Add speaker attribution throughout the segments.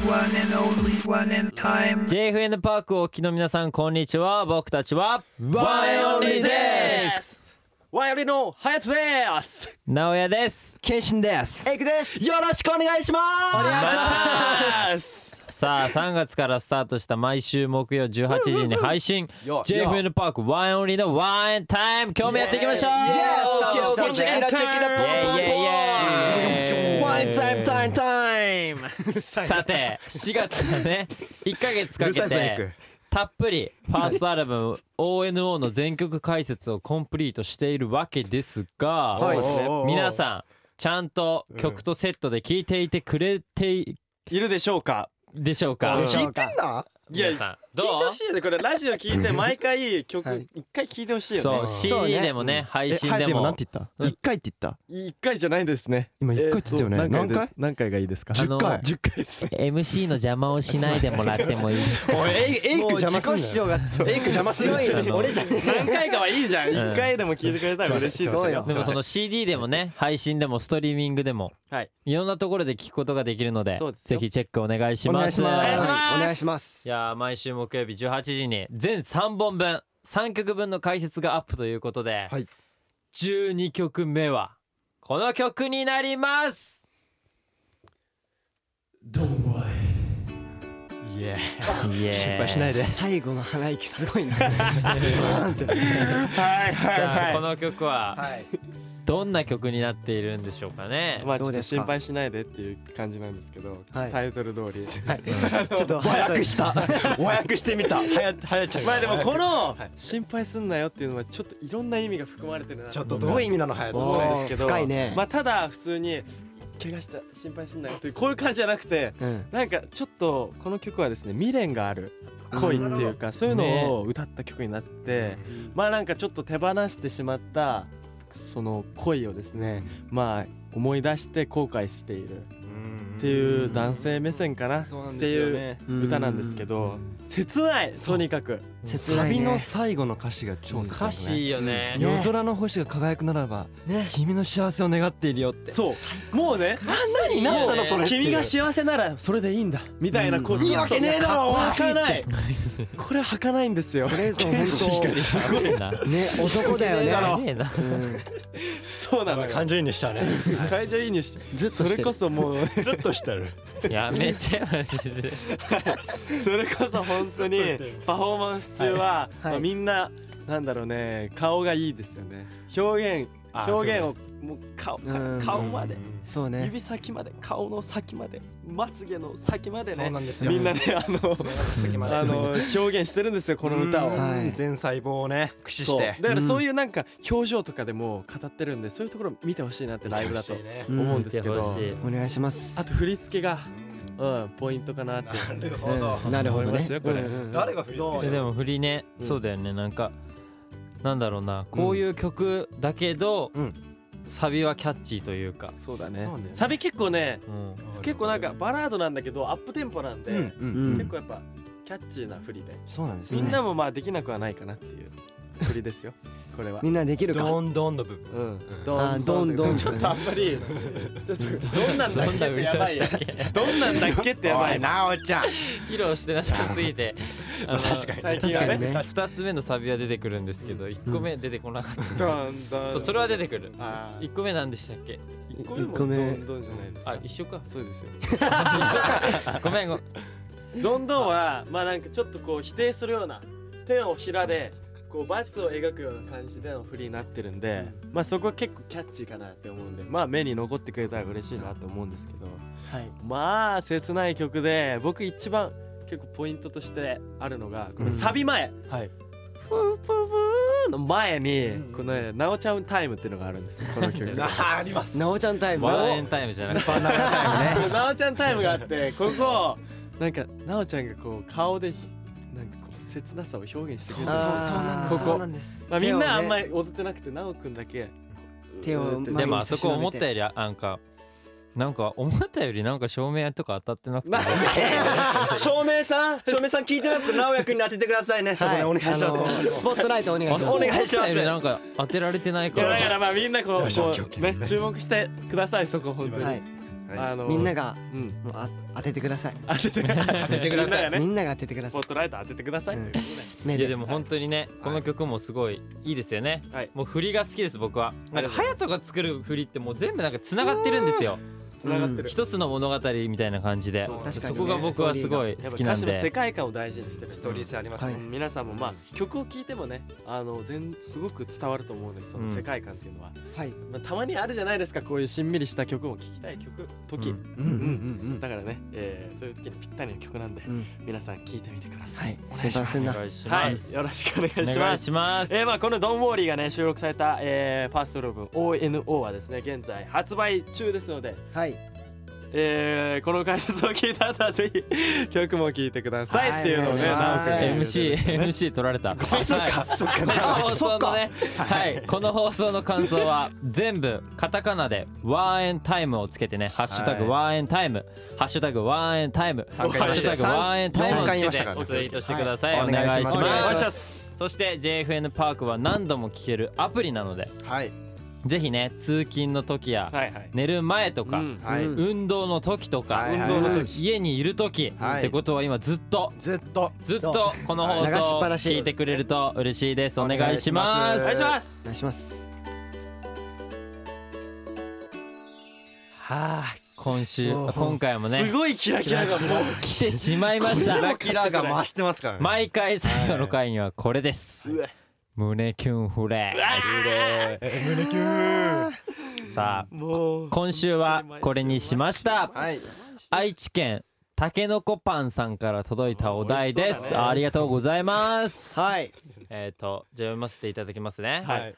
Speaker 1: One and only one and time.
Speaker 2: JFN パークをお聞きの皆さんこんにちは僕たちは
Speaker 3: ワイオリ
Speaker 2: です
Speaker 3: ワイオリンのハヤツです。
Speaker 2: 直哉です
Speaker 4: 謙信です
Speaker 5: エイクです
Speaker 4: よろしくお願いしますお願
Speaker 3: ます。
Speaker 2: さあ3月からスタートした毎週木曜18時に配信
Speaker 4: よ
Speaker 2: JFN パークワンオンリーのワンエンタイム今日もやっていきましょう
Speaker 4: イエーイスタート
Speaker 5: チェキラチェキラポンポンポン
Speaker 2: イエーイイエーイ
Speaker 5: ワンタイムタイムタイム
Speaker 2: さて4月はね1ヶ月かけ
Speaker 4: うるさいぞ
Speaker 2: てたっぷりファーストアルバム ONO の全曲解説をコンプリートしているわけですが、
Speaker 4: はいそうですね
Speaker 2: 皆さんちゃんと曲とセットで聴いていてくれてい
Speaker 3: いるでしょうか。
Speaker 2: でしょうか、
Speaker 3: うん
Speaker 4: 聞いてんだ
Speaker 3: いや
Speaker 2: 皆さんどう
Speaker 3: 聞いてほしいよね。これラジオ聞いて毎回
Speaker 4: は
Speaker 3: 曲
Speaker 4: い
Speaker 3: 一回聞いてほしいよね。
Speaker 2: そう
Speaker 4: そう
Speaker 2: CD
Speaker 4: ね
Speaker 2: でもね配
Speaker 4: え、
Speaker 2: 信
Speaker 4: ハヤ
Speaker 2: で
Speaker 4: テ今
Speaker 2: も
Speaker 4: なんて言った一回って言った
Speaker 3: 一回じゃないですね。
Speaker 4: 今一回って言ったよね
Speaker 3: えっと
Speaker 4: 何回
Speaker 3: で何回がいいですか。
Speaker 2: あの
Speaker 4: 10回
Speaker 3: 十回ですね。
Speaker 2: MC の邪魔をしないでもらってもいい
Speaker 4: おいエイエイク
Speaker 5: もう
Speaker 4: 邪
Speaker 5: 自
Speaker 4: 魔
Speaker 5: 己
Speaker 4: す
Speaker 5: 主
Speaker 4: んなよ
Speaker 5: 張がエイク邪魔する
Speaker 2: 強い よね
Speaker 5: 俺じゃね
Speaker 3: 何回かはいいじゃん。
Speaker 2: うん
Speaker 3: 一回でも聞いてくれたら嬉しいです
Speaker 5: そう
Speaker 3: よ
Speaker 5: よ。
Speaker 2: でもその CD でもね配信でもストリーミングでも、
Speaker 3: はい、
Speaker 2: ろんなところで聞くことができるので
Speaker 3: そうです
Speaker 2: ぜ
Speaker 3: よ
Speaker 2: ひチェックお願いし
Speaker 4: お願
Speaker 2: ま
Speaker 4: い
Speaker 2: す
Speaker 4: します
Speaker 3: す
Speaker 5: お願いします
Speaker 2: いやー毎週木曜日18時に全3本分3曲分の解説がアップということで、
Speaker 4: はい
Speaker 2: 12曲目はこの曲になります
Speaker 3: いや。
Speaker 2: イエーイ
Speaker 4: 心配しないで
Speaker 5: 最後の鼻息すごいな
Speaker 3: はい
Speaker 2: さ
Speaker 3: は
Speaker 2: あ
Speaker 3: い
Speaker 2: こ
Speaker 3: は
Speaker 2: の曲は
Speaker 5: はい
Speaker 2: どんな曲になっているんでしょうかね
Speaker 3: い。まあち
Speaker 5: ど
Speaker 3: ょ
Speaker 5: う
Speaker 3: っと
Speaker 5: です
Speaker 3: 心
Speaker 5: か
Speaker 3: 配しないでっていう感じなんですけど、
Speaker 5: はい
Speaker 3: タイトル通 り。
Speaker 5: ちょっと早くした
Speaker 4: 和訳して みたはやはやちゃんが
Speaker 3: まあでもこの心配すんなよっていうのはちょっといろんな意味が含まれてるな
Speaker 4: ちょっとどういう意味なのハヤテ
Speaker 3: 思うんですけど
Speaker 5: おー深いね
Speaker 3: まあただ普通に怪我した心配すんなよっていうこういう感じじゃなくて
Speaker 5: うん
Speaker 3: なんかちょっとこの曲はですね未練がある恋っていうかそういうのを歌った曲になってまあなんかちょっと手放してしまったその恋をですねまあ思い出して後悔しているっていう男性目線かなっ
Speaker 4: そうなん
Speaker 3: て
Speaker 4: ですよね
Speaker 3: いう歌なんですけど切ないとにかく
Speaker 5: 切
Speaker 4: サ
Speaker 5: ない
Speaker 4: ビの
Speaker 5: ね
Speaker 4: 最後の歌詞が超切
Speaker 2: 歌詞いいよね、
Speaker 5: ね
Speaker 4: 夜空の星が輝くならば
Speaker 5: ね
Speaker 4: 君の幸せを願っているよって
Speaker 3: そうもうね
Speaker 2: いいよね
Speaker 3: 何なのそれ君が幸せならそれでいいんだみたいなこういいわけねえだろかないこれはかないんですよ
Speaker 5: これぞ本
Speaker 2: すごいな
Speaker 5: 当ね男だ よね
Speaker 2: ねえな
Speaker 5: うん
Speaker 3: そうなのよ
Speaker 4: 情移入したね
Speaker 3: 会場いいにして
Speaker 5: ずっと
Speaker 3: そ
Speaker 5: し
Speaker 3: れ
Speaker 5: て
Speaker 3: こ
Speaker 5: る
Speaker 3: そもう
Speaker 4: ずっとしてる
Speaker 2: やめてマジで
Speaker 3: それこそ本当にパフォーマンス中は
Speaker 5: はい
Speaker 3: まあみんななんだろうね顔がいいですよね表現
Speaker 4: あ
Speaker 3: 表現をもう顔か
Speaker 5: うん
Speaker 3: 顔まで
Speaker 5: そうね
Speaker 3: 指先まで顔の先までまつげの先までね
Speaker 4: んです
Speaker 3: みんなねあのあの表現してるんですよこの歌を
Speaker 5: うんはい
Speaker 4: 全細胞をね駆使
Speaker 3: そう
Speaker 4: して
Speaker 3: だからそういうなんか表情とかでも語ってるんでそういうところ見てほしいなってライブだと思うんですけど
Speaker 2: 見てほしい
Speaker 5: お願いします
Speaker 3: あと振り付けがうんポイントかなって
Speaker 5: うんなるほどね
Speaker 3: 思いますよこれ
Speaker 5: うんうん
Speaker 4: 誰が振り付
Speaker 2: で
Speaker 4: け
Speaker 2: でも振りね、
Speaker 3: うん
Speaker 2: そうだよねなんかなんだろうなこういう曲だけど、
Speaker 4: うん
Speaker 2: サビはキャッチーというか、
Speaker 3: そうだね
Speaker 4: そうね
Speaker 3: サビ結構ね
Speaker 2: うん、
Speaker 3: 結構なんかバラードなんだけどアップテンポなんで、
Speaker 4: うんうん
Speaker 3: 結構やっぱキャッチーな振りで
Speaker 4: そうなんです
Speaker 3: み
Speaker 4: ね
Speaker 3: んなもまあできなくはないかなっていう振りですよこれは
Speaker 5: みんなできるか
Speaker 4: ドーンドーンの部分
Speaker 3: うん
Speaker 5: あーどんどん
Speaker 3: ちょっとあんまりちょっとどんなんだっけってやばいよどんなんだっけってやばいな
Speaker 4: なおちゃん
Speaker 2: 披露してなさすぎてあの
Speaker 4: 確かに
Speaker 3: 最近
Speaker 5: 確
Speaker 3: は
Speaker 5: か
Speaker 3: ね
Speaker 5: にね
Speaker 2: 2つ目のサビは出てくるんですけど1個目出てこなかった、
Speaker 3: どんどん
Speaker 2: そうそれは出てくる
Speaker 3: あー
Speaker 2: 1個目なんでしたっけ
Speaker 3: 一個目
Speaker 5: 一
Speaker 3: もど
Speaker 5: 個
Speaker 3: ん
Speaker 5: 目
Speaker 3: どんじゃないです
Speaker 2: あ
Speaker 3: か
Speaker 2: 一緒か
Speaker 3: そうですよ
Speaker 2: ごめんごめん
Speaker 3: どんどんはまあなんかちょっとこう否定するような手をひらでこう罰を描くような感じでの振りになってるんで、まあそこは結構キャッチーかなって思うんでまあ目に残ってくれたら嬉しいなと思うんですけど
Speaker 5: はい
Speaker 3: まあ切ない曲で僕一番結構ポイントとしてあるのがこのサビ前、
Speaker 4: はい
Speaker 3: プープープーの前にこのね「なおちゃんタイム」っていうのがあるんですよこの曲
Speaker 4: あります
Speaker 5: なおちゃんタイム
Speaker 2: ワンエンタイムじゃなくて
Speaker 3: そうなおちゃんタイムがあってここなんかなおちゃんがこう顔でなんかこう切なさを表現してくれる
Speaker 5: あー
Speaker 3: ここ
Speaker 5: そうなんです
Speaker 3: まあ、みん
Speaker 5: 手を
Speaker 3: な
Speaker 5: ね
Speaker 3: あんまり踊ってなくてなおくんだけ
Speaker 5: 手を
Speaker 3: うーって
Speaker 5: 前
Speaker 2: で
Speaker 5: に
Speaker 2: もあそこ思ったよりあなんかなんか思ったよりなんか照明とか当たってなくて
Speaker 3: な
Speaker 4: 照明さん照明さん聞いてますか直哉くんに当ててくださいねそこねお願いします
Speaker 5: あのースポットライトお願いし
Speaker 2: あ
Speaker 5: ま
Speaker 2: そ
Speaker 5: す
Speaker 2: こ
Speaker 4: お願いします
Speaker 2: 思ったよりなんか当てられてない
Speaker 3: い
Speaker 2: か
Speaker 3: や
Speaker 2: ら
Speaker 3: だからまあみんなこう
Speaker 4: よし
Speaker 3: こ
Speaker 4: オッケーオッ
Speaker 3: う
Speaker 4: ケー
Speaker 3: ね注目してくださいそこ本当に、
Speaker 5: はい
Speaker 3: あの
Speaker 5: みんなが
Speaker 3: うん
Speaker 5: もうあ当ててください。
Speaker 3: 当てて当ててください
Speaker 5: み
Speaker 3: ね
Speaker 5: んなが当ててくだ
Speaker 3: ス
Speaker 5: さい。
Speaker 3: ポットライト当ててください、
Speaker 5: う
Speaker 2: い
Speaker 5: ん目
Speaker 2: やで
Speaker 5: で。
Speaker 2: も本当にね、この曲もすごいいいですよね、
Speaker 3: はい
Speaker 2: もう振りが好きです僕はな
Speaker 3: あ
Speaker 2: ん
Speaker 3: り
Speaker 2: か
Speaker 3: がとうござ
Speaker 2: 隼人
Speaker 3: い
Speaker 2: が作る振りってもう全部なんかつながってるんですよ
Speaker 3: つながってる、
Speaker 2: 一つの物語みたいな感じで
Speaker 4: そう
Speaker 2: そ
Speaker 4: 確かにね
Speaker 2: こが僕はすごい
Speaker 3: やっ
Speaker 2: 好
Speaker 3: ぱ
Speaker 2: きなん
Speaker 3: 歌詞の世
Speaker 2: で
Speaker 3: 界観を大事にしてる
Speaker 4: ストーリー性あります
Speaker 5: は
Speaker 4: ね
Speaker 5: い
Speaker 3: 皆さんもまあ曲を聴いてもねあの全すごく伝わると思うのでその世界観っていうのは、
Speaker 5: はい。
Speaker 3: まあ、たまにあるじゃないですかこういうしんみりした曲を聴きたい曲時、
Speaker 2: うん
Speaker 5: うんうんうん
Speaker 3: だからね、えーそういう時にぴったりの曲なんで、
Speaker 5: うん。うん。
Speaker 3: 皆さん聴いてみてください
Speaker 5: はい。心配すんな。
Speaker 3: はいよろしくお願いし
Speaker 2: お
Speaker 3: ます
Speaker 2: 願いします
Speaker 3: えーまあこの「ドン・ウォーリー」がね収録された、えーファーストロブ ONO はですね現在発売中ですので、
Speaker 5: はい。
Speaker 3: えーこの解説を聞いた後はぜひ曲も聴いてください、
Speaker 5: はい
Speaker 3: っていうのをね
Speaker 5: お願いします
Speaker 3: なんかね
Speaker 2: MC MC 取られた
Speaker 4: そっ
Speaker 2: はい
Speaker 4: かそっか
Speaker 2: この放
Speaker 5: そ
Speaker 2: 送
Speaker 5: っか
Speaker 2: のね、はい、この放送の感想は全部カタカナでワーエンタイムをつけてね、ハッシュタグワーエンタイム、ハッシュタグワーエンタイム、ハ
Speaker 4: 三回
Speaker 2: ッシュタグワーエンタイムを
Speaker 4: 四回言いま
Speaker 2: つ
Speaker 4: し
Speaker 2: け
Speaker 4: たから
Speaker 2: て
Speaker 4: ね
Speaker 2: ツイートしてください。
Speaker 6: はい
Speaker 2: お願いします。
Speaker 5: お願いします
Speaker 2: そして JFN パークは何度も聴けるアプリなので、
Speaker 6: はい
Speaker 2: ぜひね通勤の時や
Speaker 3: はいはい、
Speaker 2: 寝る前と
Speaker 3: う
Speaker 2: か。
Speaker 3: ん
Speaker 6: はい
Speaker 5: うん
Speaker 2: 運動の時とか、
Speaker 6: はい
Speaker 3: はいはい
Speaker 2: 運動の時家にいる時、
Speaker 6: はい
Speaker 2: ってことは今ずっと
Speaker 6: ずっと
Speaker 2: ずっとこの放
Speaker 5: 流し
Speaker 2: 送
Speaker 5: っ
Speaker 2: を
Speaker 5: ぱなし
Speaker 2: 聞いてくれると嬉しいですお願いしま
Speaker 6: お願いします
Speaker 2: す
Speaker 5: お
Speaker 3: お願いします
Speaker 5: 願いします。
Speaker 2: はあ今週今回もね
Speaker 3: すごいキラキラがもう
Speaker 2: 来てしまいまし
Speaker 4: キラ
Speaker 2: た
Speaker 4: キラが増してますからね
Speaker 2: 毎回最後の回にはこれです
Speaker 4: うわ
Speaker 2: 胸キュンフレさあ
Speaker 3: もう
Speaker 2: 今週はこれにしました
Speaker 6: はい
Speaker 2: 愛知県たけのこパンさんから届いたお題で
Speaker 3: 美味し
Speaker 2: す、
Speaker 3: そうだね
Speaker 2: ありがとうございます
Speaker 5: はい。
Speaker 2: えっ、とじゃあ読ませていただきますね、
Speaker 3: はい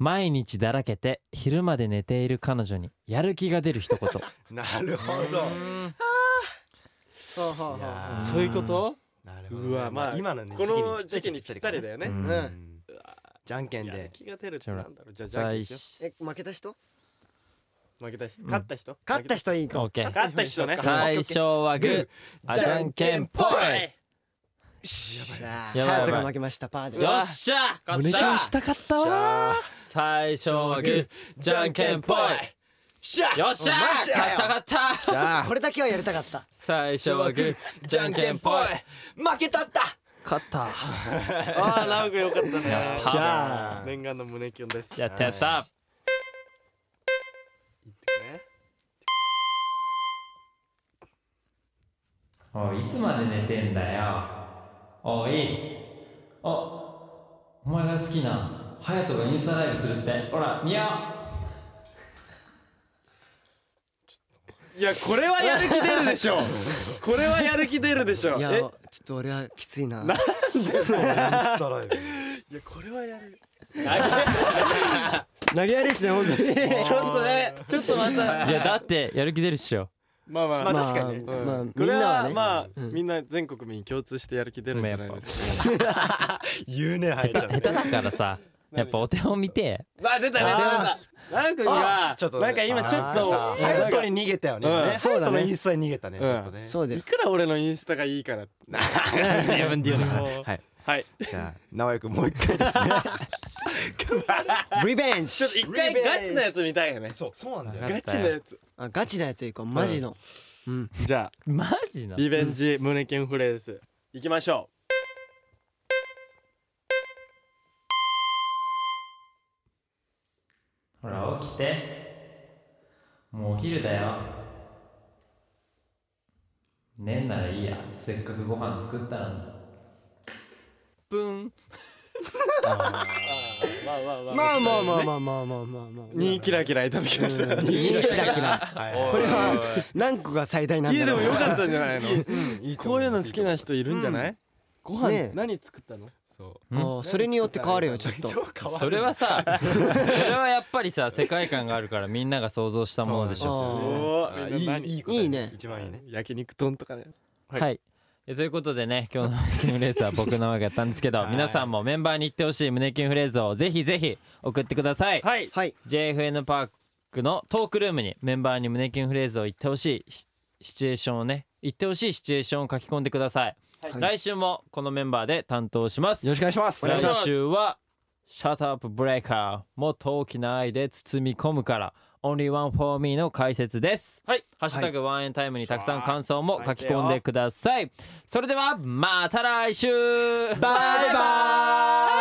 Speaker 2: 毎日だらけて昼まで寝ている彼女にやる気が出る一 言
Speaker 4: なるほど
Speaker 5: ほうほうほう
Speaker 4: いやー
Speaker 3: そういうこと
Speaker 4: なるほどね
Speaker 3: うわまあ
Speaker 4: 今のね
Speaker 3: この時期にぴったりだよね、
Speaker 4: うん
Speaker 6: うん
Speaker 4: じゃんけん
Speaker 3: やる
Speaker 4: で
Speaker 3: 気が出るってなんだろうじゃあじゃんけ
Speaker 2: 最
Speaker 3: んしよ
Speaker 5: え負けた人？
Speaker 3: う負けた人勝った人
Speaker 5: 勝った人いいか。
Speaker 2: オッケー
Speaker 3: 勝った人ね
Speaker 2: 最初はグーあじゃんけんぽいや
Speaker 5: や
Speaker 2: ばい
Speaker 5: ハヤト
Speaker 2: やば
Speaker 5: が
Speaker 2: い
Speaker 5: 負けました。パーで。
Speaker 2: よっしゃ勝
Speaker 3: 胸
Speaker 2: っ
Speaker 3: キュン
Speaker 2: た
Speaker 3: したかったわ
Speaker 2: 最初はグーじゃんけんぽい
Speaker 4: しゃ
Speaker 2: よっしゃ
Speaker 5: し
Speaker 2: 勝った勝った
Speaker 6: じゃあ
Speaker 5: これだけはやりたかった。
Speaker 2: 最初はグーじゃんけんぽい
Speaker 4: 負けたった
Speaker 2: 勝った
Speaker 3: ああラウグよかったね
Speaker 2: し
Speaker 6: ゃあ
Speaker 3: 念願の胸キュンです
Speaker 2: やったやったおいいつまで寝てんだよおいおお前が好きな隼人がインスタライブするってほら見よ
Speaker 3: いやこれはやる気出るでしょこれはやる気出るでしょ
Speaker 5: いや
Speaker 3: え
Speaker 5: ちょっと俺はきついな。
Speaker 3: いやこれはやる
Speaker 5: 投げやりですね本当に。
Speaker 3: ちょっとねちょっとまた
Speaker 2: いやだってやる気出るっしょ
Speaker 3: まあまあ
Speaker 6: まあ確かに
Speaker 3: うん
Speaker 5: まあみ
Speaker 3: こ
Speaker 5: ん
Speaker 3: れ
Speaker 5: な
Speaker 3: は
Speaker 5: はね。
Speaker 3: まあみんな全国民共通してやる気出るんじゃないです
Speaker 6: 言うね
Speaker 2: 下
Speaker 6: はい
Speaker 2: 手下手だからさやっぱお手本見て
Speaker 3: かあ出た出た出たラウグには
Speaker 6: ちょっと
Speaker 3: なんか今ちょっと
Speaker 2: あ
Speaker 6: ハ
Speaker 3: なん
Speaker 6: ヤ
Speaker 3: か
Speaker 6: トに逃げたよね
Speaker 3: うん
Speaker 6: ハ
Speaker 5: そう
Speaker 6: ヤ
Speaker 5: だ
Speaker 6: トの
Speaker 5: ね
Speaker 6: インスタに逃げたねち
Speaker 3: うん
Speaker 6: ょっとね
Speaker 5: そうで
Speaker 3: い。くら俺のインスタがいいから
Speaker 6: 自分で言うなはい
Speaker 3: はい
Speaker 6: じゃあ直哉くんもう一回ですね
Speaker 5: リベン
Speaker 3: ち
Speaker 5: ジ
Speaker 3: ょっ。と一回ガチなやつ見たいよね
Speaker 6: そうそうなんだ
Speaker 2: よ
Speaker 3: ガチなやつ
Speaker 5: あガチなやついこうマジの。
Speaker 3: じゃあ
Speaker 2: マジな
Speaker 3: リベンジ胸キュンフレーズいきましょ
Speaker 2: ほら起きてもうお昼だよ寝んならいいやせっかくご飯作ったのにブン
Speaker 3: うまあまあまあ
Speaker 5: まあまあまあまあまあまあまあまあ。
Speaker 3: にキラキラいただきました
Speaker 5: キラキラ。
Speaker 6: はい
Speaker 5: これは何個が最大なん
Speaker 3: いや
Speaker 5: だ
Speaker 3: で
Speaker 5: ろ
Speaker 3: も
Speaker 5: う。
Speaker 3: よかったんじゃないの
Speaker 6: いいと
Speaker 3: こ
Speaker 6: 思
Speaker 3: ういう
Speaker 6: い
Speaker 3: の
Speaker 6: ま
Speaker 3: 好
Speaker 6: す
Speaker 3: きな人いるんじゃないご
Speaker 5: ね
Speaker 3: 飯
Speaker 5: え
Speaker 3: 何作ったの
Speaker 6: そ
Speaker 5: あーそれによって変わるよちょっと。
Speaker 2: それはさそれはやっぱりさ世界観があるからみんなが想像したものでしょ
Speaker 6: う
Speaker 5: あ
Speaker 3: お
Speaker 6: あ
Speaker 3: ーみ
Speaker 6: い
Speaker 3: ん
Speaker 6: い
Speaker 3: な何
Speaker 6: いい答え
Speaker 5: いいね
Speaker 6: 一番いいね
Speaker 3: 焼肉丼とかね
Speaker 2: はい、えということで ね今日の胸キュンフレーズは僕の方がやったんですけど皆さんもメンバーに言ってほしい胸キュンフレーズをぜひぜひ送ってください、
Speaker 3: はい
Speaker 5: はい。
Speaker 2: JFN パークのトークルームにメンバーに胸キュンフレーズを言ってほしいシシチュエーションをね言ってほしいシチュエーションを書き込んでください、
Speaker 3: はい
Speaker 2: 来週もこのメンバーで担当します
Speaker 5: よろしくお願いします
Speaker 3: お願いします
Speaker 2: 来週はシャトアップブレイカーもっと大きな愛で包み込むから「Only One for Me」の解説ですはい「ハッシュタグワンエンタイム」にたくさん感想も書き込んでくださいそれではまた来週
Speaker 4: バイバーイ